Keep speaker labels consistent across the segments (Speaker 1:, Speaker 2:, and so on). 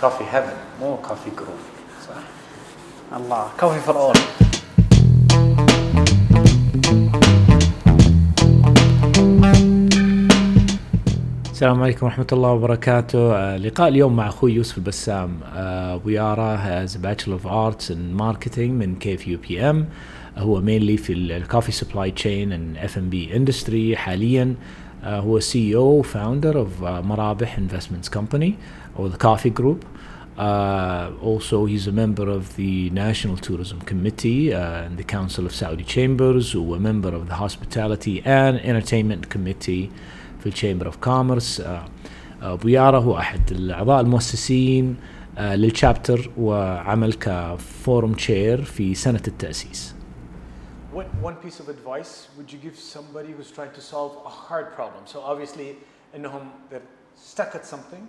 Speaker 1: كافي هيفن مو كافي جروف صح الله كافي فرعون
Speaker 2: السلام عليكم ورحمة الله وبركاته آه، لقاء اليوم مع أخوي يوسف البسام آه، We are as a Bachelor of Arts in Marketing من KFUPM آه، هو mainly في الكافي سبلاي تشين and F&B industry حاليا آه، هو CEO founder of آه، مرابح investments company or the coffee group Uh, also, he's a member of the National Tourism Committee uh, and the Council of Saudi Chambers, who a member of the Hospitality and Entertainment Committee في الشامبر اوف كوميرس ابو يارا هو احد الاعضاء المؤسسين آه، للشابتر وعمل كفورم تشير في سنه التاسيس
Speaker 1: What one piece of advice would you give somebody who's trying to solve a hard problem? So obviously انهم they're stuck at something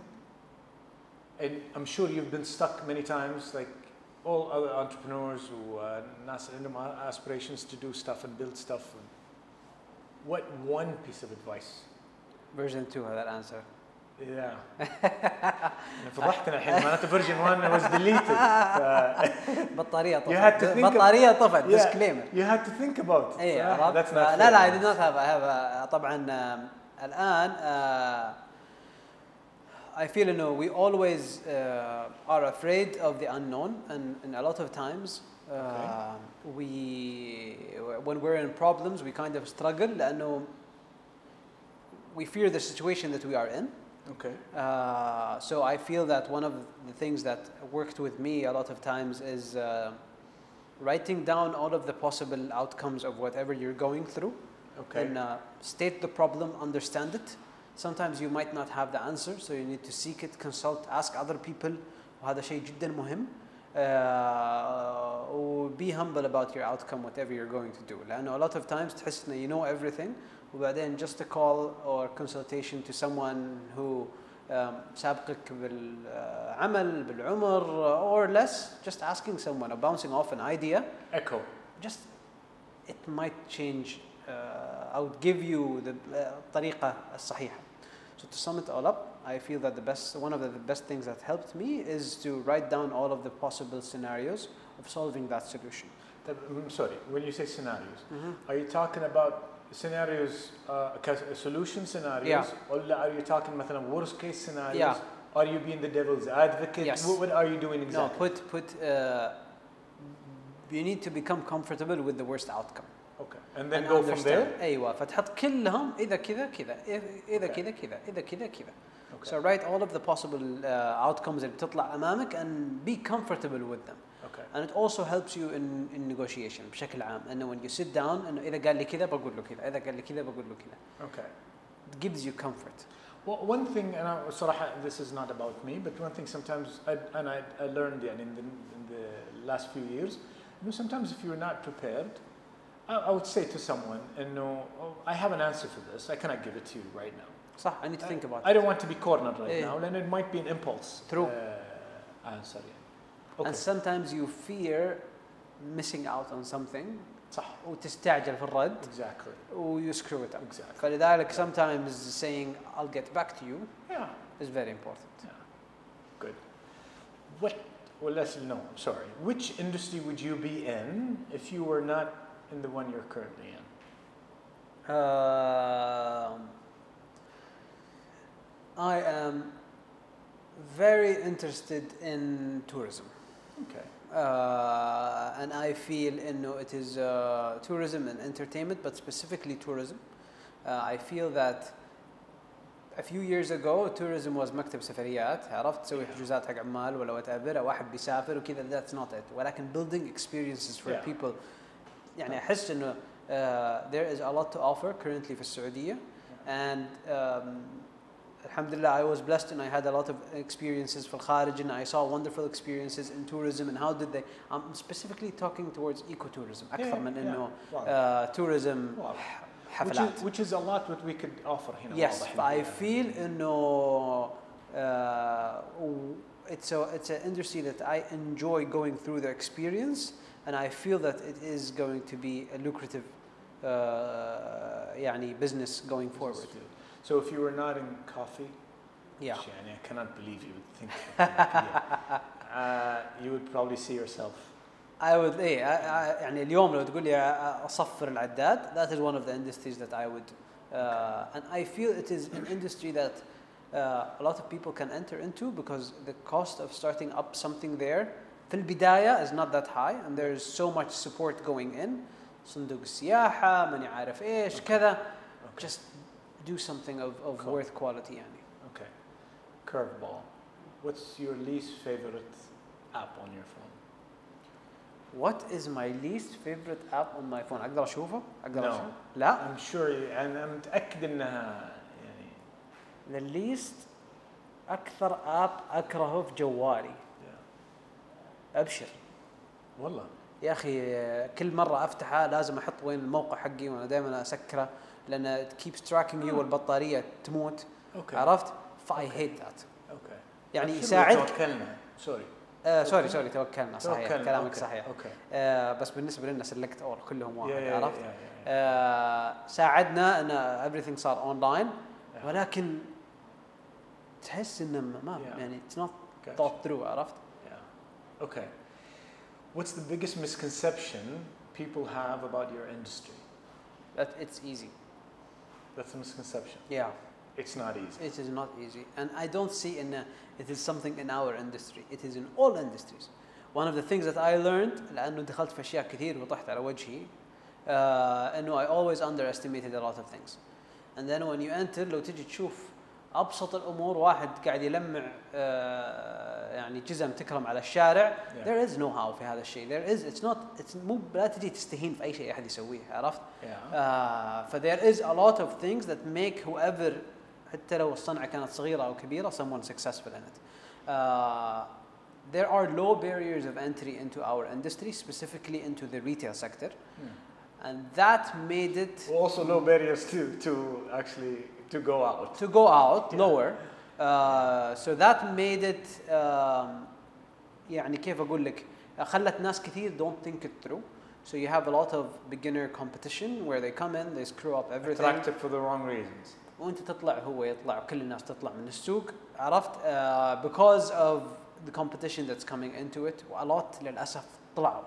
Speaker 1: and I'm sure you've been stuck many times like all other entrepreneurs who uh, ناس عندهم aspirations to do stuff and build stuff. What one piece of advice
Speaker 3: فيرجن 2 هذا الانسر
Speaker 1: Yeah. انا فضحتنا الحين معناته فيرجن 1 واز ديليتد
Speaker 3: بطاريه طفت
Speaker 1: You had to think of-
Speaker 3: بطاريه طفت
Speaker 1: Yeah.
Speaker 3: ديسكليمر
Speaker 1: You had to think about it.
Speaker 3: اي
Speaker 1: Ah,
Speaker 3: إيه، عرفت
Speaker 1: that's not
Speaker 3: لا
Speaker 1: fair.
Speaker 3: لا اي ديد نوت هاف طبعا آم، آه، الان اي فيل انه وي اولويز ار افريد اوف ذا انون and a lot of times uh,
Speaker 1: Okay.
Speaker 3: we when we're in problems we kind of struggle لانه we fear the situation that we are in
Speaker 1: Okay.
Speaker 3: Uh, so I feel that one of the things that worked with me a lot of times is uh, writing down all of the possible outcomes of whatever you're going through
Speaker 1: Okay.
Speaker 3: and uh, state the problem, understand it. Sometimes you might not have the answer, so you need to seek it, consult, ask other people. وهذا شيء جدا مهم. Uh, وبي humble about your outcome, whatever you're going to do. لأنه a lot of times تحس إنه you know everything وبعدين just a call or consultation to someone who um, سابقك بالعمل بالعمر or less just asking someone or bouncing off an idea
Speaker 1: Echo.
Speaker 3: just it might change uh, I would give you the uh, الطريقة الصحيحة. So to sum it all up, I feel that the best one of the, the best things that helped me is to write down all of the possible scenarios of solving that solution.
Speaker 1: طب, I'm mm, sorry. When you say scenarios,
Speaker 3: Mm-hmm.
Speaker 1: are you talking about scenarios, uh, cas- uh, solution scenarios,
Speaker 3: Yeah.
Speaker 1: or are you talking مثلا worst case scenarios?
Speaker 3: Yeah.
Speaker 1: Are you being the devil's advocate?
Speaker 3: Yes.
Speaker 1: What, what are you doing exactly?
Speaker 3: No, put put. Uh, you need to become comfortable with the worst outcome.
Speaker 1: okay. And then
Speaker 3: and
Speaker 1: go from there.
Speaker 3: understand. أيوة فتحط كلهم إذا كذا كذا إذا- إذا
Speaker 1: Okay.
Speaker 3: كذا كذا إذا كذا كذا.
Speaker 1: Okay.
Speaker 3: So write all of the possible uh, outcomes اللي بتطلع أمامك and be comfortable with them.
Speaker 1: Okay.
Speaker 3: And it also helps you in, in negotiation بشكل عام انه when you sit down انه اذا قال لي كذا بقول له كذا اذا قال لي كذا بقول له كذا.
Speaker 1: Okay.
Speaker 3: It gives you comfort.
Speaker 1: Well, one thing, and I, صراحة, this is not about me, but one thing sometimes, I, and I, I learned yeah, in, the, in the last few years, you know, sometimes if you're not prepared, I, I would say to someone, and no, oh, I have an answer for this, I cannot give it to you right now.
Speaker 3: صح I need to think about
Speaker 1: I don't want to be cornered right
Speaker 3: Yeah.
Speaker 1: now, and it might be an impulse.
Speaker 3: True.
Speaker 1: Uh, answer. yeah.
Speaker 3: it.
Speaker 1: Okay.
Speaker 3: And sometimes you fear missing out on something
Speaker 1: صح.
Speaker 3: وتستعجل في الرد
Speaker 1: Exactly.
Speaker 3: و you screw it up.
Speaker 1: Exactly.
Speaker 3: فلذلك sometimes saying I'll get back to you
Speaker 1: Yeah.
Speaker 3: is very important.
Speaker 1: yeah. Good. What? Well, let's no. I'm sorry. Which industry would you be in if you were not in the one you're currently in?
Speaker 3: Um, I am very interested in tourism.
Speaker 1: Okay.
Speaker 3: Uh, and I feel إنه it is uh, tourism and entertainment, but specifically tourism. Uh, I feel that a few years ago tourism was مكتب سفريات عرفت تسوي
Speaker 1: Yeah.
Speaker 3: حجوزات حق عمال ولا whatever أو واحد بيسافر وكذا that's not it ولكن building experiences for
Speaker 1: Yeah.
Speaker 3: people يعني أحس إنه uh, there is a lot to offer currently في السعودية and um, alhamdulillah i was blessed and i had a lot of experiences for kharij and i saw wonderful experiences in tourism and how did they i'm specifically talking towards ecotourism اكثر من انه uh, tourism
Speaker 1: Wow. Which
Speaker 3: حفلات
Speaker 1: is, which is a lot what we could offer here.
Speaker 3: yes i feel انه uh, it's a it's an industry that i enjoy going through the experience and i feel that it is going to be a lucrative uh, يعني business going forward
Speaker 1: So if you were not in coffee,
Speaker 3: Yeah.
Speaker 1: which, يعني, I cannot believe you would think. yeah. uh, you would probably see yourself.
Speaker 3: I would ايه I- I- يعني اليوم لو تقول لي أ- اصفر العداد that is one of the industries that I would uh, and I feel it is an industry that uh, a lot of people can enter into because the cost of starting up something there في البداية is not that high and there is so much support going in صندوق السياحة ماني عارف ايش كذا
Speaker 1: Okay.
Speaker 3: just do something of, of
Speaker 1: Cool.
Speaker 3: worth quality يعني
Speaker 1: okay. Curveball. What's your least favorite app on your phone?
Speaker 3: What is my least favorite app on my phone اقدر اشوفه؟ اقدر
Speaker 1: No.
Speaker 3: اشوفه؟ لا
Speaker 1: I'm sure you, and I'm متأكد انها يعني
Speaker 3: the least اكثر اب اكرهه في جوالي
Speaker 1: yeah.
Speaker 3: ابشر
Speaker 1: والله
Speaker 3: يا اخي آه، كل مره افتحه لازم احط وين الموقع حقي وانا دائما اسكره لان keeps tracking you والبطاريه تموت
Speaker 1: اوكي
Speaker 3: عرفت؟ فاي هيت ذات
Speaker 1: اوكي
Speaker 3: يعني
Speaker 1: شو
Speaker 3: يساعدك
Speaker 1: توكلنا سوري
Speaker 3: آه سوري سوري توكلنا صحيح
Speaker 1: توكلنا
Speaker 3: كلامك
Speaker 1: أوكي.
Speaker 3: صحيح
Speaker 1: اوكي
Speaker 3: آه بس بالنسبه لنا سلكت اول كلهم واحد
Speaker 1: Yeah, yeah,
Speaker 3: عرفت؟
Speaker 1: yeah, yeah, yeah.
Speaker 3: آه ساعدنا ان everything صار اونلاين
Speaker 1: Yeah.
Speaker 3: ولكن تحس انه ما- ما
Speaker 1: Yeah.
Speaker 3: يعني it's not
Speaker 1: Gotcha.
Speaker 3: thought through عرفت؟
Speaker 1: Yeah. Okay. What's the biggest misconception people have about your industry?
Speaker 3: that it's easy.
Speaker 1: That's a misconception.
Speaker 3: Yeah,
Speaker 1: It's not easy.
Speaker 3: it is not easy, and I don't see in a, it is something in our industry. It is in all industries. One of the things that I learned لأنه دخلت في أشياء كثير وطحت على وجهي uh, إنه I always underestimated a lot of things. And then when you enter لو تجي تشوف أبسط الأمور واحد قاعد يلمع uh, يعني جزم تكرم على الشارع
Speaker 1: Yeah.
Speaker 3: there is no how في هذا الشيء there is it's not it's مو لا تجي تستهين في أي شيء أحد يسويه عرفت؟
Speaker 1: Yeah.
Speaker 3: Uh, فthere is a lot of things that make whoever حتى لو الصنعة كانت صغيرة أو كبيرة someone successful in it. Uh, there are low barriers of entry into our industry, specifically into the retail sector,
Speaker 1: Hmm.
Speaker 3: and that made it
Speaker 1: Well, also no barriers to to actually to go out.
Speaker 3: to go out
Speaker 1: Yeah.
Speaker 3: lower. Uh, so that made it um, يعني كيف أقول لك خلت ناس كثير don't think it through. So you have a lot of beginner competition where they come in, they screw up everything.
Speaker 1: Attractive for the wrong reasons.
Speaker 3: وانت تطلع هو يطلع وكل الناس تطلع من السوق عرفت uh, because of the competition that's coming into it a lot للاسف طلعوا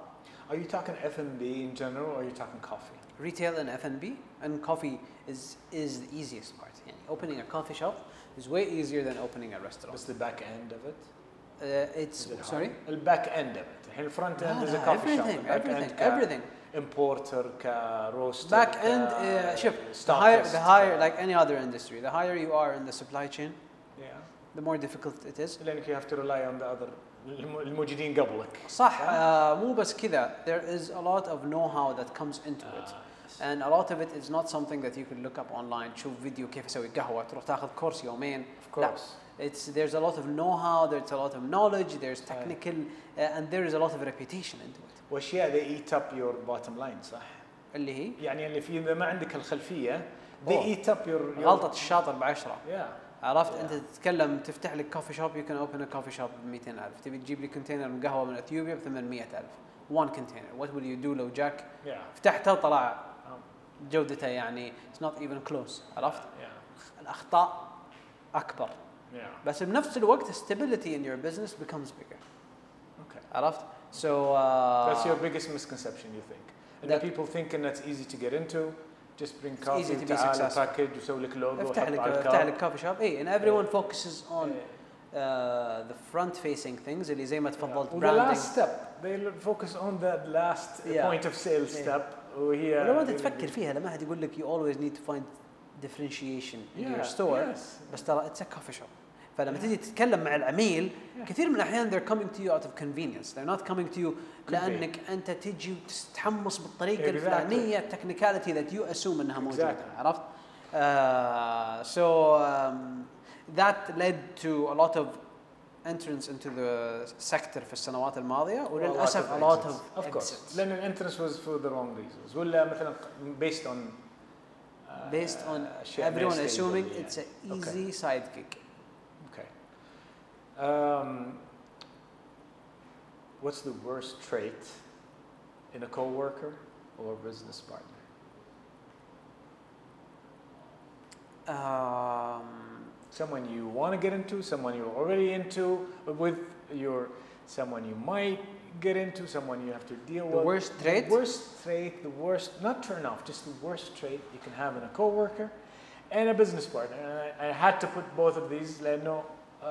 Speaker 1: Are you talking F&B in general, or are you talking coffee?
Speaker 3: retail and F&B and coffee is is the easiest part يعني opening a coffee shop is way easier than opening a restaurant
Speaker 1: What's the back end of it?
Speaker 3: uh, it's
Speaker 1: Is it hard?
Speaker 3: sorry
Speaker 1: الباك end of it. الحين الفرونت
Speaker 3: لا،
Speaker 1: end is a
Speaker 3: لا،
Speaker 1: coffee shop.
Speaker 3: everything
Speaker 1: الباك
Speaker 3: everything
Speaker 1: end
Speaker 3: everything
Speaker 1: كامبورتر كروستر
Speaker 3: back end uh, شوف the higher the higher like any other industry the higher you are in the supply chain
Speaker 1: yeah.
Speaker 3: the more difficult it is
Speaker 1: لانك you have to rely on the other الم- الموجودين قبلك
Speaker 3: صح آه مو بس كذا there is a lot of know-how that comes into it
Speaker 1: Ah,
Speaker 3: and a lot of it is not something that you can look up online تشوف فيديو كيف اسوي قهوه تروح تاخذ كورس يومين
Speaker 1: of course
Speaker 3: it's there's a lot of know-how there's a lot of knowledge there's
Speaker 1: Right.
Speaker 3: technical uh, and there is a lot of reputation into it
Speaker 1: واشياء they eat up your bottom line صح
Speaker 3: اللي هي
Speaker 1: يعني اللي في اذا ما عندك الخلفيه they
Speaker 3: Oh.
Speaker 1: eat up your, your
Speaker 3: غلطه الشاطر بعشرة
Speaker 1: yeah
Speaker 3: عرفت
Speaker 1: Yeah.
Speaker 3: انت تتكلم تفتح لك كوفي شوب يو كان اوبن ا كوفي شوب ب 200000 تبي تجيب لي كونتينر من قهوه من اثيوبيا ب 800000 وان كونتينر وات ويل يو دو لو جاك
Speaker 1: yeah
Speaker 3: فتحته وطلع
Speaker 1: um,
Speaker 3: جودته يعني it's not even close عرفت؟
Speaker 1: yeah
Speaker 3: الأخطاء أكبر
Speaker 1: yeah
Speaker 3: بس بنفس الوقت stability in your business becomes bigger
Speaker 1: okay
Speaker 3: عرفت؟ So uh,
Speaker 1: that's your biggest misconception you think and
Speaker 3: that-
Speaker 1: people think and that's easy to get into just bring
Speaker 3: It's
Speaker 1: coffee
Speaker 3: easy to be
Speaker 1: تعال
Speaker 3: successful.
Speaker 1: package وسوي لك لوجو
Speaker 3: آه، افتح لك افتح لك كوفي شوب اي and everyone focuses on uh, the front facing things اللي زي ما تفضلت
Speaker 1: Well, the
Speaker 3: branding.
Speaker 1: last step they l- focus on that last
Speaker 3: Yeah.
Speaker 1: point of sale
Speaker 3: Yeah.
Speaker 1: step وهي
Speaker 3: ولو انت تفكر فيها لما حد يقول لك you always need to find differentiation in
Speaker 1: Yeah,
Speaker 3: your store
Speaker 1: yes.
Speaker 3: بس ترى it's a coffee shop فلما تجي تتكلم مع العميل
Speaker 1: Yeah.
Speaker 3: كثير من الاحيان they're coming to you out of convenience they're not coming to you
Speaker 1: be.
Speaker 3: لانك انت تجي وتتحمس بالطريقه
Speaker 1: Exactly.
Speaker 3: الفلانيه التكنيكاليتي that you assume انها موجوده
Speaker 1: Exactly.
Speaker 3: عرفت؟ Uh, so um, that led to a lot of entrance into the sector في السنوات الماضية وللأسف a lot of,
Speaker 1: of course
Speaker 3: exits.
Speaker 1: لأن الانترست was for the wrong reasons ولا مثلا based on uh,
Speaker 3: based on
Speaker 1: أشياء
Speaker 3: everyone
Speaker 1: based
Speaker 3: assuming
Speaker 1: on-
Speaker 3: it's an
Speaker 1: Okay.
Speaker 3: easy sidekick.
Speaker 1: okay um, what's the worst trait in a coworker or business partner
Speaker 3: Um,
Speaker 1: someone you want to get into, someone you're already into with, your someone you might get into, someone you have to deal
Speaker 3: The
Speaker 1: with.
Speaker 3: worst trait?
Speaker 1: The worst trait, the worst, not turn off, just the worst trait you can have in a coworker and a business partner. And I, I had to put both of these لأنه uh,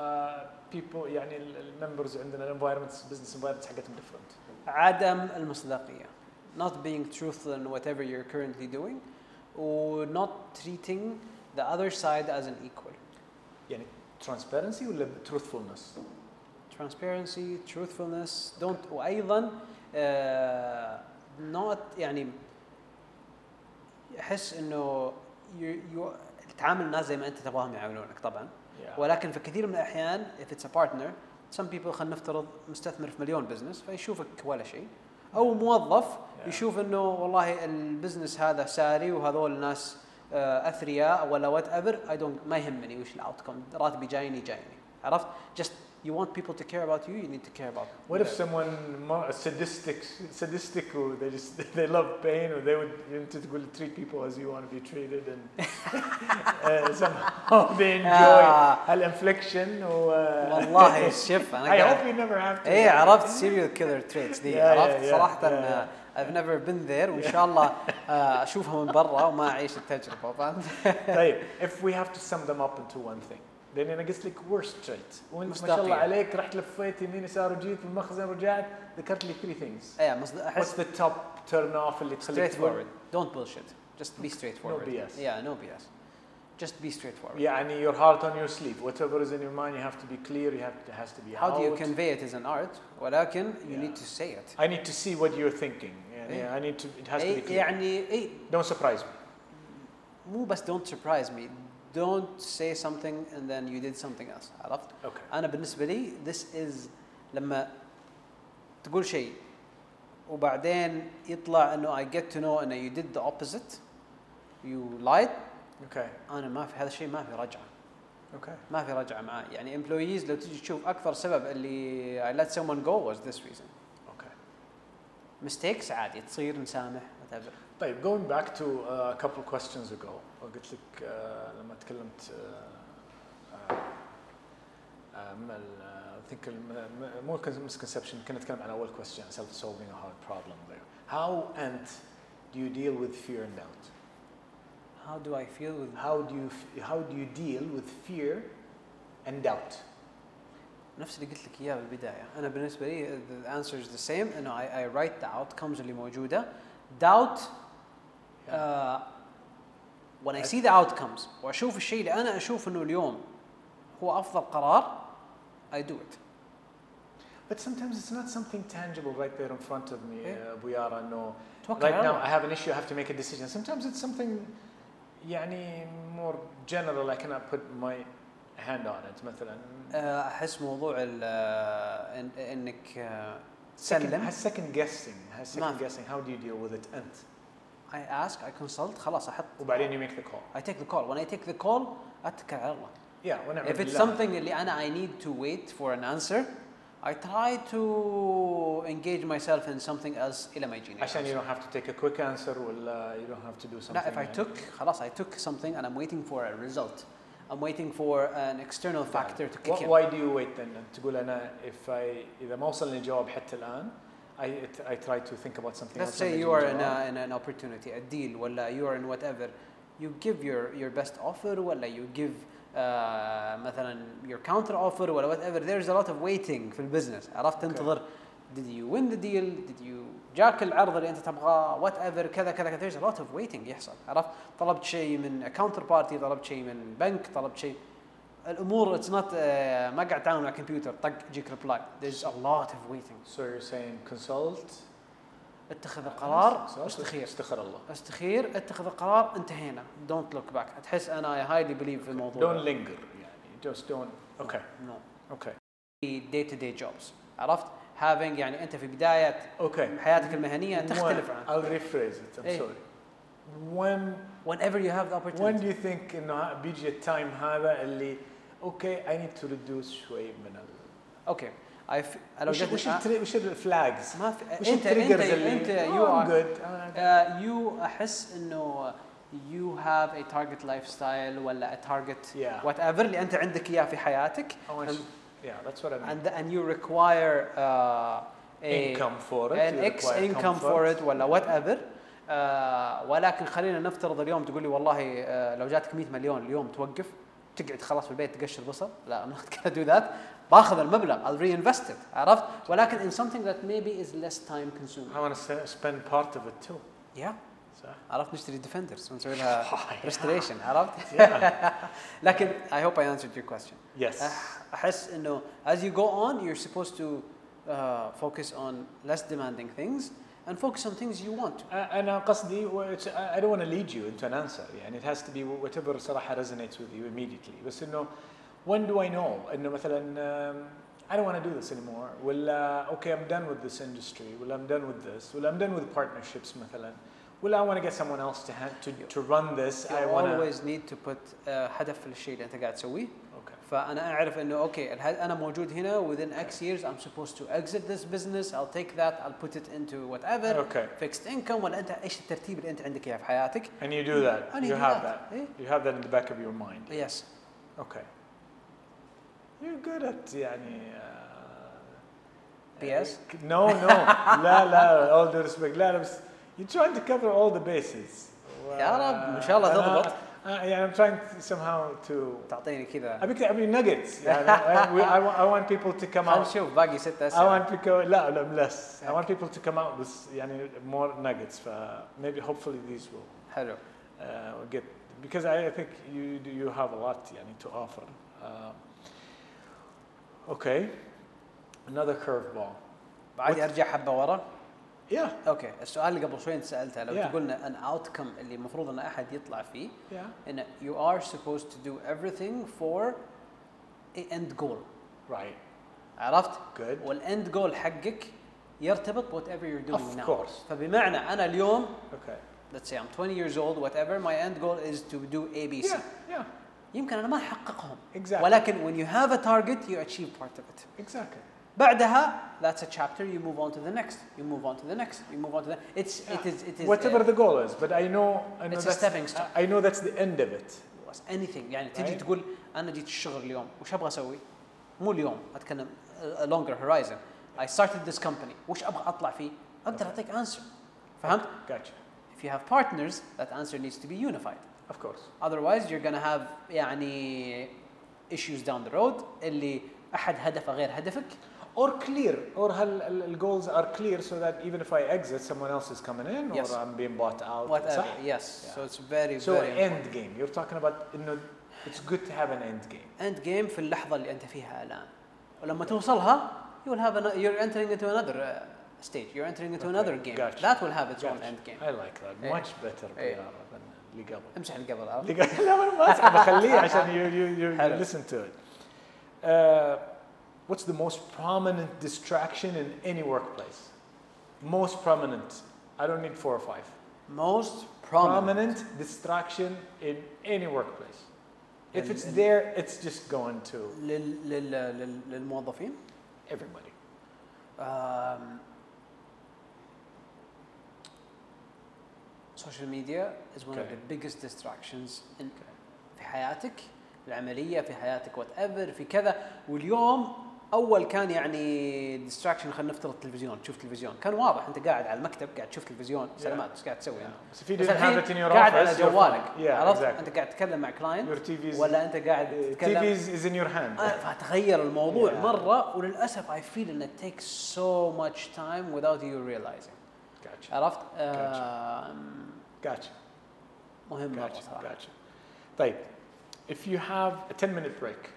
Speaker 1: people يعني ال- المembers عندنا environments business environments حقتهم different.
Speaker 3: عدم المصداقية not being truthful in whatever you're currently doing or not treating the other side as an equal
Speaker 1: يعني transparency ولا truthfulness؟
Speaker 3: transparency truthfulness don't وأيضا uh, not يعني أحس إنه you, you تعامل الناس زي ما أنت تبغاهم يعاملونك طبعا
Speaker 1: Yeah.
Speaker 3: ولكن في كثير من الأحيان if it's a partner some people خلينا نفترض مستثمر في مليون بزنس فيشوفك ولا شيء أو موظف
Speaker 1: Yeah.
Speaker 3: يشوف انه والله البزنس هذا ساري وهذول ناس آه، اثرياء ولا وات ايفر اي دونت ما يهمني وش الاوتكم راتبي جايني جايني عرفت just you want people to care about you you need to care about
Speaker 1: What if someone mo- sadistic, sadistic, who they just they love pain, or they would you know, will treat people as you want to be treated, and uh, somehow they enjoy
Speaker 3: Ah.
Speaker 1: الانفليكشن و
Speaker 3: والله شوف انا
Speaker 1: uh, I hope
Speaker 3: قاعد
Speaker 1: you never have to.
Speaker 3: اي عرفت serial killer traits
Speaker 1: Yeah,
Speaker 3: دي
Speaker 1: yeah,
Speaker 3: عرفت
Speaker 1: yeah,
Speaker 3: صراحه
Speaker 1: yeah.
Speaker 3: آه، I've never been there وان شاء الله آه، اشوفها من برا وما اعيش التجربه فهمت؟
Speaker 1: طيب if we have to sum them up into one thing لان انا قلت لك worst trait وانت ما شاء الله
Speaker 3: مصداقية.
Speaker 1: عليك رحت لفيت يمين يسار وجيت في المخزن ورجعت ذكرت لي three things
Speaker 3: اي مصد-
Speaker 1: what's
Speaker 3: احس
Speaker 1: the top turn off اللي تخليك
Speaker 3: straight
Speaker 1: تقول
Speaker 3: forward don't bullshit just be straightforward
Speaker 1: BS.
Speaker 3: yeah no BS just be straightforward
Speaker 1: يعني your heart on your sleeve whatever is in your mind you have to be clear you have to, has to be
Speaker 3: How do you
Speaker 1: out.
Speaker 3: convey it as an art ولكن you
Speaker 1: Yeah.
Speaker 3: need to say it
Speaker 1: I need to see what you're thinking يعني
Speaker 3: إيه.
Speaker 1: I need to it has to be
Speaker 3: أي-
Speaker 1: clear
Speaker 3: يعني اي
Speaker 1: don't surprise me
Speaker 3: مو بس don't surprise me don't say something and then you did something else عرفت
Speaker 1: okay
Speaker 3: انا بالنسبه لي this is لما تقول شيء وبعدين يطلع انه I get to know انه you did the opposite you lied
Speaker 1: okay
Speaker 3: انا ما في هذا الشيء ما في رجعه
Speaker 1: okay
Speaker 3: ما في رجعه معاه يعني employees لو تجي تشوف اكثر سبب اللي I let someone go was this reason
Speaker 1: okay
Speaker 3: mistakes عادي تصير نسامح whatever
Speaker 1: طيب going back to uh, a couple questions ago قلت لك uh, لما تكلمت uh, uh, um, ال- I think الم- م- مو misconception كنا نتكلم عن اول question self solving a hard problem there how and do you deal with fear and doubt
Speaker 3: How do I feel with
Speaker 1: how do you f- how do you deal with fear and doubt
Speaker 3: نفس اللي قلت لك اياه بالبدايه انا بالنسبه لي the answer is the same انه I, I write the outcomes اللي موجوده doubt uh, when I see the outcomes واشوف الشيء اللي انا اشوف انه اليوم هو افضل قرار I do it
Speaker 1: But sometimes it's not something tangible right there in front of me,
Speaker 3: Yeah.
Speaker 1: uh, Buyara. No,
Speaker 3: توكل
Speaker 1: right
Speaker 3: على
Speaker 1: now I
Speaker 3: الله
Speaker 1: have an issue. I have to make a decision. Sometimes it's something, يعني more general. I cannot put my hand on it. مثلا.
Speaker 3: Uh, احس موضوع ال uh, إن- انك uh,
Speaker 1: Second,
Speaker 3: تسلم
Speaker 1: has second guessing. Has
Speaker 3: ما
Speaker 1: second
Speaker 3: في.
Speaker 1: guessing. How do you deal with it? أنت.
Speaker 3: I ask I consult خلاص احط
Speaker 1: وبعدين you make the call.
Speaker 3: I take the call when I take the call اتكل على الله
Speaker 1: Yeah. ونعم
Speaker 3: If it's
Speaker 1: بالله.
Speaker 3: something اللي أنا I need to wait for an answer, I try to engage myself in something else إلى ما يجيني.
Speaker 1: عشان you
Speaker 3: الأنسر.
Speaker 1: don't have to take a quick answer ولا you don't have to do something.
Speaker 3: لا if I
Speaker 1: يعني.
Speaker 3: took خلاص I took something and I'm waiting for a result. I'm waiting for an external factor to
Speaker 1: Why-
Speaker 3: kick in.
Speaker 1: Why do you wait then? تقول أنا if I إذا ما وصلني جواب حتى الآن I, it, I try to think about something
Speaker 3: Let's
Speaker 1: else. and
Speaker 3: say
Speaker 1: then
Speaker 3: you are in,
Speaker 1: جواب.
Speaker 3: a, in an uh, opportunity, a deal ولا you are in whatever. You give your, your best offer ولا you give uh, مثلا your counter offer ولا whatever. There's a lot of waiting في البزنس. عرفت تنتظر did you win the deal did you جاك العرض اللي انت تبغاه وات ايفر كذا كذا كذا there's a lot of waiting يحصل عرفت طلبت شيء من كاونتر بارتي طلبت شيء من بنك طلبت شيء الامور اتس نوت uh, ما قاعد تعامل مع كمبيوتر طق يجيك ريبلاي there's a lot of waiting
Speaker 1: So you're saying consult
Speaker 3: اتخذ القرار
Speaker 1: consult,
Speaker 3: واستخير
Speaker 1: استخر الله
Speaker 3: استخير اتخذ القرار انتهينا دونت لوك باك تحس انا اي هايلي بليف في الموضوع
Speaker 1: don't linger يعني just don't okay
Speaker 3: نو
Speaker 1: okay
Speaker 3: دي تو دي جوبز عرفت هافينج يعني انت في بدايه
Speaker 1: okay
Speaker 3: حياتك المهنيه تختلف
Speaker 1: One-
Speaker 3: عن
Speaker 1: I'll rephrase it I'm
Speaker 3: إيه.
Speaker 1: sorry when
Speaker 3: whenever you have the
Speaker 1: when
Speaker 3: opportunity
Speaker 1: do you think انه بيجي التايم هذا اللي okay I need to reduce شوي من ال
Speaker 3: اوكي I f- لو
Speaker 1: وش
Speaker 3: جت
Speaker 1: وش
Speaker 3: آه،
Speaker 1: التري- وش الفلاجز
Speaker 3: ما في
Speaker 1: وش
Speaker 3: انت انت
Speaker 1: التريجرز اللي
Speaker 3: انت
Speaker 1: Oh,
Speaker 3: يو
Speaker 1: I'm
Speaker 3: ار
Speaker 1: good. آه.
Speaker 3: يو احس انه you have a target lifestyle ولا a target
Speaker 1: Yeah.
Speaker 3: whatever اللي انت عندك اياه في حياتك
Speaker 1: How much?
Speaker 3: and,
Speaker 1: Yeah, that's what I mean.
Speaker 3: and, and you require uh, a
Speaker 1: income for it.
Speaker 3: an
Speaker 1: you
Speaker 3: X
Speaker 1: require
Speaker 3: income for it ولا وات ايفر ولكن خلينا نفترض اليوم تقول لي والله آه، لو جاتك 100 مليون اليوم توقف تقعد خلاص في البيت تقشر بصل لا I'm not gonna do that باخذ المبلغ I'll reinvest it عرفت ولكن in something that maybe is less time consuming
Speaker 1: I want to spend part of it too.
Speaker 3: yeah
Speaker 1: صح؟
Speaker 3: عرفت نشتري ديفندرز ونسوي لها
Speaker 1: Yeah.
Speaker 3: restoration عرفت
Speaker 1: Yeah.
Speaker 3: لكن I hope I answered your question
Speaker 1: yes.
Speaker 3: أح- احس انه as you go on you're supposed to uh, focus on less demanding things and focus on things you want
Speaker 1: أنا قصدي و- it's- I I don't want to lead you into an answer يعني it has to be whatever صراحة resonates with you immediately بس إنه when do I know إنه مثلا um, I don't want to do this anymore ولا okay I'm done with this industry ولا I'm done with this ولا I'm done with partnerships مثلا ولا I want to get someone else to ha- to, to run this
Speaker 3: you
Speaker 1: I want to
Speaker 3: always need to put uh, هدف للشيء اللي انت قاعد تسويه
Speaker 1: okay
Speaker 3: فانا اعرف انه اوكي الهد- انا موجود هنا within X years I'm supposed to exit this business I'll take that I'll put it into whatever
Speaker 1: okay
Speaker 3: fixed income ولا انت ايش الترتيب اللي انت عندك اياه في حياتك
Speaker 1: and you do that
Speaker 3: And
Speaker 1: you
Speaker 3: do
Speaker 1: have that.
Speaker 3: إيه؟
Speaker 1: you have that in the back of your mind
Speaker 3: Yes
Speaker 1: okay you're good at يعني uh,
Speaker 3: BS?
Speaker 1: no no لا لا all due respect لا لا بس you're trying to cover all the bases
Speaker 3: يا رب، إن شاء الله
Speaker 1: أنا-
Speaker 3: تضبط.
Speaker 1: أنا- يعني I'm trying to somehow to
Speaker 3: تعطيني كذا
Speaker 1: أبيك أبي nuggets يعني I, we- I, wa- I want people to come
Speaker 3: خلينا
Speaker 1: out
Speaker 3: نشوف باقي ست
Speaker 1: I
Speaker 3: اسئله
Speaker 1: want to go لا لا less I want people to come out with يعني more nuggets ف maybe hopefully these will
Speaker 3: حلو
Speaker 1: uh, get because I, I think you do- you have a lot yani, to offer. Um okay, another curveball.
Speaker 3: بعدي ارجع حبه ورا
Speaker 1: Yeah,
Speaker 3: اوكي السؤال اللي قبل شوي انت سالته لو
Speaker 1: Yeah.
Speaker 3: تقول لنا ان اوتكم اللي المفروض ان احد يطلع فيه
Speaker 1: yeah,
Speaker 3: ان you are supposed to do everything for a end goal
Speaker 1: right,
Speaker 3: عرفت؟
Speaker 1: good.
Speaker 3: والاند جول حقك يرتبط بوات ايفر يور دوينج
Speaker 1: Of
Speaker 3: ناو
Speaker 1: course.
Speaker 3: فبمعنى انا اليوم
Speaker 1: Okay.
Speaker 3: let's say I'm 20 years old whatever my end goal is to do A B C
Speaker 1: Yeah, yeah,
Speaker 3: يمكن انا ما احققهم
Speaker 1: Exactly.
Speaker 3: ولكن when you have a target you achieve part of it
Speaker 1: exactly.
Speaker 3: بعدها that's a chapter you move on to the next you move on to the next you move on to the it's it
Speaker 1: Yeah.
Speaker 3: is it is
Speaker 1: Whatever
Speaker 3: uh,
Speaker 1: the goal is, but I know, I know
Speaker 3: It's a
Speaker 1: that's-
Speaker 3: stepping stone.
Speaker 1: I I know that's the end of it.
Speaker 3: was anything يعني تجي
Speaker 1: Right.
Speaker 3: تقول انا جيت الشغل اليوم وش ابغى اسوي؟ مو اليوم اتكلم a longer horizon I started this company وش ابغى اطلع فيه؟ اقدر اعطيك answer فهمت؟
Speaker 1: Gotcha.
Speaker 3: If you have partners that answer needs to be unified
Speaker 1: Of course.
Speaker 3: otherwise you're gonna have يعني issues down the road اللي احد هدفه غير هدفك
Speaker 1: Or clear, or هل ال- ال- goals are clear so that even if I exit, someone else is coming in,
Speaker 3: Yes.
Speaker 1: or I'm being bought out.
Speaker 3: whatever
Speaker 1: صح؟
Speaker 3: yes
Speaker 1: Yeah.
Speaker 3: so it's very
Speaker 1: So
Speaker 3: very important.
Speaker 1: end game. You're talking about you know, it's good to have an end game.
Speaker 3: end game في اللحظه اللي انت فيها الان ولما توصلها you will have an, you're entering into another uh, stage you're entering into
Speaker 1: Okay,
Speaker 3: another game
Speaker 1: gotcha.
Speaker 3: that will have its own
Speaker 1: Gotcha.
Speaker 3: end game
Speaker 1: I like that.
Speaker 3: إيه.
Speaker 1: Much better
Speaker 3: إيه.
Speaker 1: بيارة than اللي قبل.
Speaker 3: امسح اللي قبل عرفت؟
Speaker 1: اللي قبل لا ما اسحب اخليه عشان you, you, you,
Speaker 3: حلو.
Speaker 1: you listen to it. Uh, what's the most prominent distraction in any workplace? Most prominent. I don't need four or five.
Speaker 3: most prominent
Speaker 1: Prominent distraction in any workplace. If
Speaker 3: And-
Speaker 1: it's
Speaker 3: and-
Speaker 1: there, it's just going to
Speaker 3: لل, لل, لل, للموظفين
Speaker 1: everybody.
Speaker 3: um, social media is one of
Speaker 1: Okay.
Speaker 3: the biggest distractions in في حياتك العمليه في حياتك وات ايفر في كذا واليوم اول كان يعني ديستراكشن خلينا نفترض التلفزيون تشوف تلفزيون كان واضح انت قاعد على المكتب قاعد تشوف تلفزيون سلامات ايش قاعد تسوي
Speaker 1: Yeah.
Speaker 3: انت
Speaker 1: So if you
Speaker 3: بس
Speaker 1: didn't have
Speaker 3: الحين
Speaker 1: it in your
Speaker 3: قاعد على
Speaker 1: office, your phone.
Speaker 3: جوالك
Speaker 1: Yeah,
Speaker 3: عرفت
Speaker 1: exactly.
Speaker 3: انت قاعد تتكلم مع
Speaker 1: Your
Speaker 3: كلاينت
Speaker 1: TV is
Speaker 3: ولا انت قاعد
Speaker 1: TV
Speaker 3: تتكلم
Speaker 1: is, Uh, is in your hand.
Speaker 3: آه، فتغير الموضوع
Speaker 1: Yeah.
Speaker 3: مره وللاسف اي فيل ان it takes so much time without you realizing
Speaker 1: Gotcha.
Speaker 3: عرفت؟ آه
Speaker 1: Gotcha.
Speaker 3: مهم مره
Speaker 1: Gotcha.
Speaker 3: صراحه
Speaker 1: Gotcha. طيب. If you have a 10 minute break,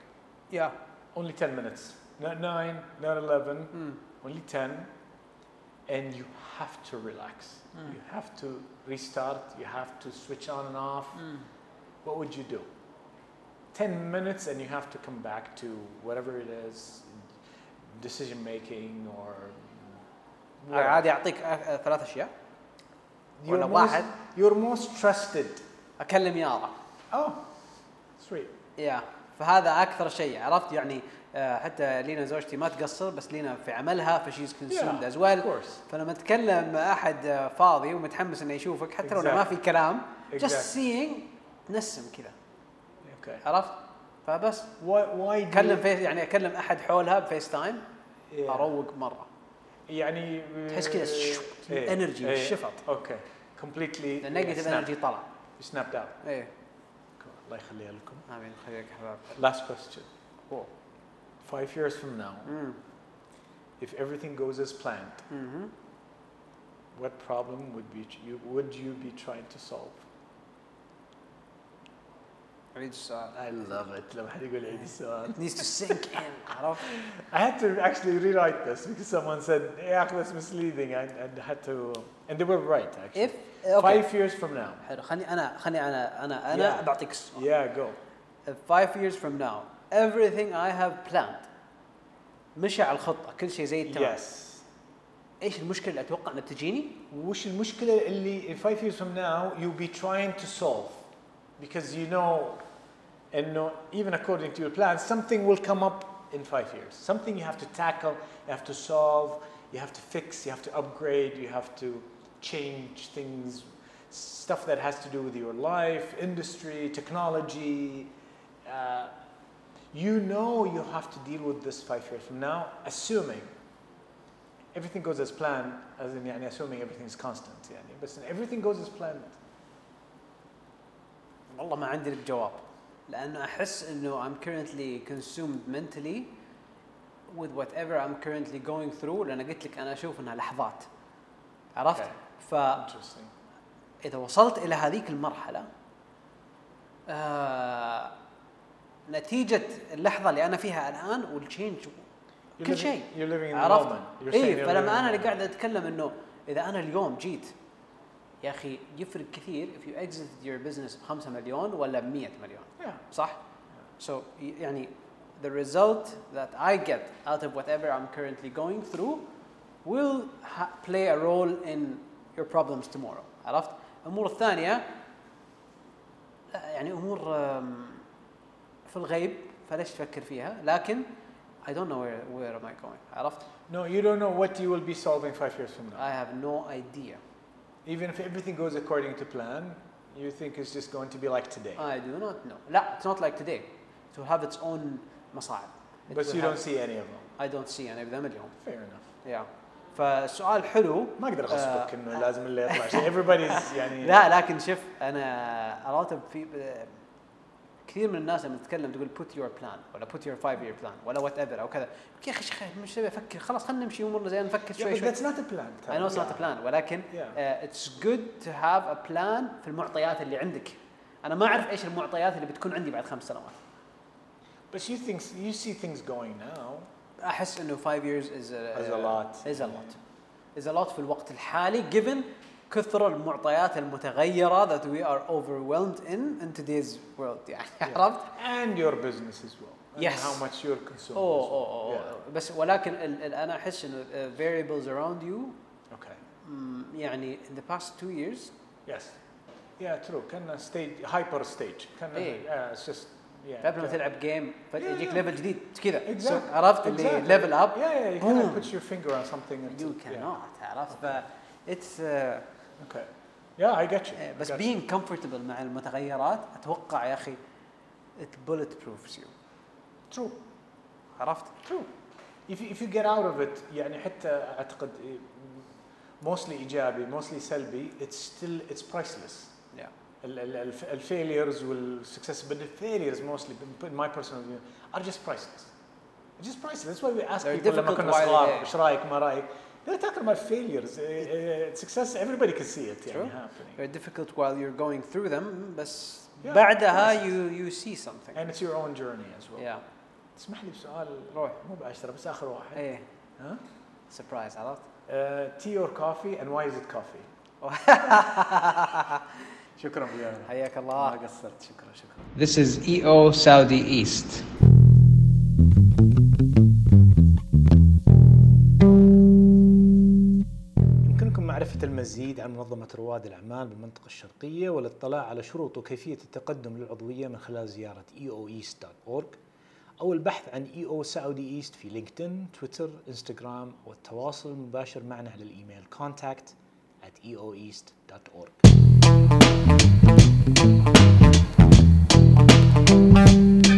Speaker 3: يا
Speaker 1: only 10 minutes, not 9, not 11, only 10, and you have to relax.
Speaker 3: Mm.
Speaker 1: You have to restart, you have to switch on and off. What would you do? 10 minutes and you have to come back to whatever it is decision making or.
Speaker 3: عادي اعطيك آه، آه، ثلاث اشياء
Speaker 1: Your
Speaker 3: ولا
Speaker 1: most,
Speaker 3: واحد
Speaker 1: your most trusted.
Speaker 3: اكلم يارا
Speaker 1: Oh, sweet.
Speaker 3: يا فهذا اكثر شيء عرفت يعني آه، حتى لينا زوجتي ما تقصر بس لينا في عملها فشيز كونسيومد از
Speaker 1: Of
Speaker 3: ويل
Speaker 1: course.
Speaker 3: فلما اتكلم مع احد آه، فاضي ومتحمس انه يشوفك حتى لو إنه ما
Speaker 1: Exactly.
Speaker 3: في كلام just
Speaker 1: Exactly.
Speaker 3: seeing نسم كذا
Speaker 1: Okay.
Speaker 3: عرفت فبس
Speaker 1: Why, why do
Speaker 3: اكلم
Speaker 1: you,
Speaker 3: فيس يعني اكلم احد حولها بفيس تايم
Speaker 1: yeah.
Speaker 3: اروق مره
Speaker 1: يعني
Speaker 3: تحس كذا شو-
Speaker 1: إيه.
Speaker 3: energy،
Speaker 1: إيه.
Speaker 3: شفط.
Speaker 1: Okay. Completely
Speaker 3: لان نيجاتيف
Speaker 1: snapped-
Speaker 3: انرجي طلع
Speaker 1: snapped out.
Speaker 3: ايه
Speaker 1: الله يخليها لكم.
Speaker 3: امين خليك حباب
Speaker 1: Last question.
Speaker 3: Cool.
Speaker 1: Five years from now,
Speaker 3: امم
Speaker 1: if everything goes as planned,
Speaker 3: أمم.
Speaker 1: what problem would be you would you be trying to solve?
Speaker 3: عيد السؤال
Speaker 1: I love it. لما حد يقول عيد السؤال.
Speaker 3: It needs to sink in عرفت
Speaker 1: I had to actually rewrite this because someone said, yeah, that's misleading. And, and had to, and they were right actually.
Speaker 3: if اوكي
Speaker 1: Five years from now.
Speaker 3: حلو خلني انا خلني انا انا
Speaker 1: Yeah.
Speaker 3: انا بعطيك السؤال
Speaker 1: Yeah, go.
Speaker 3: If five years from now everything I have planned مشى على الخطه كل شيء زي التمام
Speaker 1: Yes.
Speaker 3: ايش المشكله اللي اتوقع انها بتجيني؟
Speaker 1: وش المشكلة اللي in five years from now you'll be trying to solve because you know and even according to your plan something will come up in five years something you have to tackle you have to solve you have to fix you have to upgrade you have to change things stuff that has to do with your life industry technology uh, you know you have to deal with this five years from now assuming everything goes as planned, as in يعني assuming everything's constant يعني بس in everything goes as planned.
Speaker 3: والله ما عندي لك جواب لانه احس انه I'm currently consumed mentally with whatever I'm currently going through لان قلت لك انا اشوف انها لحظات عرفت؟
Speaker 1: Okay.
Speaker 3: فاذا
Speaker 1: Interesting.
Speaker 3: وصلت الى هذيك المرحله آه نتيجه اللحظه اللي انا فيها الان والتشينج
Speaker 1: You're
Speaker 3: كل
Speaker 1: living-
Speaker 3: شيء
Speaker 1: You're living in the
Speaker 3: عرفت؟
Speaker 1: moment. You're saying
Speaker 3: اي
Speaker 1: you're
Speaker 3: فلما انا
Speaker 1: living in
Speaker 3: اللي
Speaker 1: the
Speaker 3: قاعد اتكلم انه اذا انا اليوم جيت يا اخي يفرق كثير if you exit your business ب 5 مليون ولا ب 100 مليون
Speaker 1: moment. Yeah.
Speaker 3: صح؟ So ي- يعني the result that I get out of whatever I'm currently going through will ha- play a role in your problems tomorrow عرفت؟ الأمور الثانية لا، يعني أمور أم، في الغيب فليش تفكر فيها لكن I don't know where, where am I going عرفت؟
Speaker 1: No, you don't know what you will be solving five years from now.
Speaker 3: I have no idea
Speaker 1: Even if everything goes according to plan, you think it's just going to be like today.
Speaker 3: I do not know لا it's not like today it will have its own مصاعب It
Speaker 1: But
Speaker 3: will
Speaker 1: you don't
Speaker 3: have-
Speaker 1: see any of them.
Speaker 3: I don't see any of them اليوم
Speaker 1: Fair enough.
Speaker 3: يا فالسؤال حلو
Speaker 1: ما اقدر
Speaker 3: آه،
Speaker 1: اغصبك انه لازم اللي يطلع شيء. uh, Everybody's يعني
Speaker 3: لا لكن شوف انا اراتب في كثير من الناس لما تتكلم تقول put your plan ولا put your five year plan ولا وات ايفر او كذا يا اخي شيخ مش تبي افكر خلاص خلينا نمشي امورنا زين نفكر
Speaker 1: Yeah,
Speaker 3: شوي
Speaker 1: but
Speaker 3: شوي
Speaker 1: that's not a plan.
Speaker 3: I know it's not a plan ولكن
Speaker 1: Yeah.
Speaker 3: uh, it's good to have a plan في المعطيات اللي عندك انا ما اعرف ايش المعطيات اللي بتكون عندي بعد خمس سنوات
Speaker 1: But you think you see things going now
Speaker 3: احس انه 5 years is a,
Speaker 1: as a lot.
Speaker 3: is a lot is a lot في الوقت الحالي given كثر المعطيات المتغيرة that we are overwhelmed in in today's world يعني
Speaker 1: Yeah.
Speaker 3: عرفت؟
Speaker 1: And your business as well. And
Speaker 3: Yes. Oh,
Speaker 1: How much you're consuming.
Speaker 3: أوه
Speaker 1: as well.
Speaker 3: أوه أوه أوه. بس ولكن ال ال أنا أحس إنه uh, variables around you
Speaker 1: Yeah. Okay.
Speaker 3: mm, يعني in the past two years
Speaker 1: Yes. Yeah, true. كنا stage hyper stage. كنا
Speaker 3: إيه.
Speaker 1: yeah, it's just yeah.
Speaker 3: تعرف لما
Speaker 1: yeah.
Speaker 3: تلعب جيم فجأة
Speaker 1: Yeah,
Speaker 3: يجيك
Speaker 1: yeah.
Speaker 3: ليفل جديد كذا
Speaker 1: Exactly.
Speaker 3: So عرفت اللي
Speaker 1: Exactly.
Speaker 3: ليفل اب
Speaker 1: Yeah, yeah, you cannot
Speaker 3: Boom.
Speaker 1: put your finger on something. and
Speaker 3: you cannot عرفت ف it's uh,
Speaker 1: Yeah. Okay. Yeah, I get you.
Speaker 3: إيه،
Speaker 1: I
Speaker 3: بس
Speaker 1: get you.
Speaker 3: being comfortable مع المتغيرات اتوقع يا اخي it bullet proofs you
Speaker 1: True.
Speaker 3: عرفت؟
Speaker 1: True. If you, if you get out of it يعني حتى أعتقد إيه، mostly إيجابي mostly سلبي it's still it's priceless.
Speaker 3: Yeah.
Speaker 1: ال- ال- الف- الفيليرز والسكسس but the failures mostly in my personal view are just priceless They're just priceless that's why we ask
Speaker 3: They're
Speaker 1: people لما
Speaker 3: difficult
Speaker 1: كنا
Speaker 3: while-
Speaker 1: صغار
Speaker 3: yeah.
Speaker 1: ايش رايك ما رايك they're talking about failures uh, success everybody can see it يعني
Speaker 3: True.
Speaker 1: happening
Speaker 3: They're difficult while you're going through them بس
Speaker 1: Yeah, of
Speaker 3: بعدها
Speaker 1: course.
Speaker 3: you you see something
Speaker 1: and it's your own journey as well
Speaker 3: yeah
Speaker 1: اسمح لي بسؤال
Speaker 3: روح.
Speaker 1: مو بعشرة بس آخر واحد
Speaker 3: ايه
Speaker 1: ها
Speaker 3: surprise عرفت؟
Speaker 1: Uh, tea or coffee and why is it coffee شكرا بيانا
Speaker 3: حياك
Speaker 1: ما
Speaker 3: الله
Speaker 1: قصرت شكرا شكرا
Speaker 3: This is EO Saudi East
Speaker 1: يمكنكم معرفة المزيد عن منظمة رواد الأعمال بالمنطقة الشرقية والاطلاع على شروط وكيفية التقدم للعضوية من خلال زيارة E eoeast.org أو البحث عن EO Saudi East في لينكدين، تويتر، انستغرام والتواصل المباشر E معنا على الإيميل contact at eoeast.org
Speaker 2: you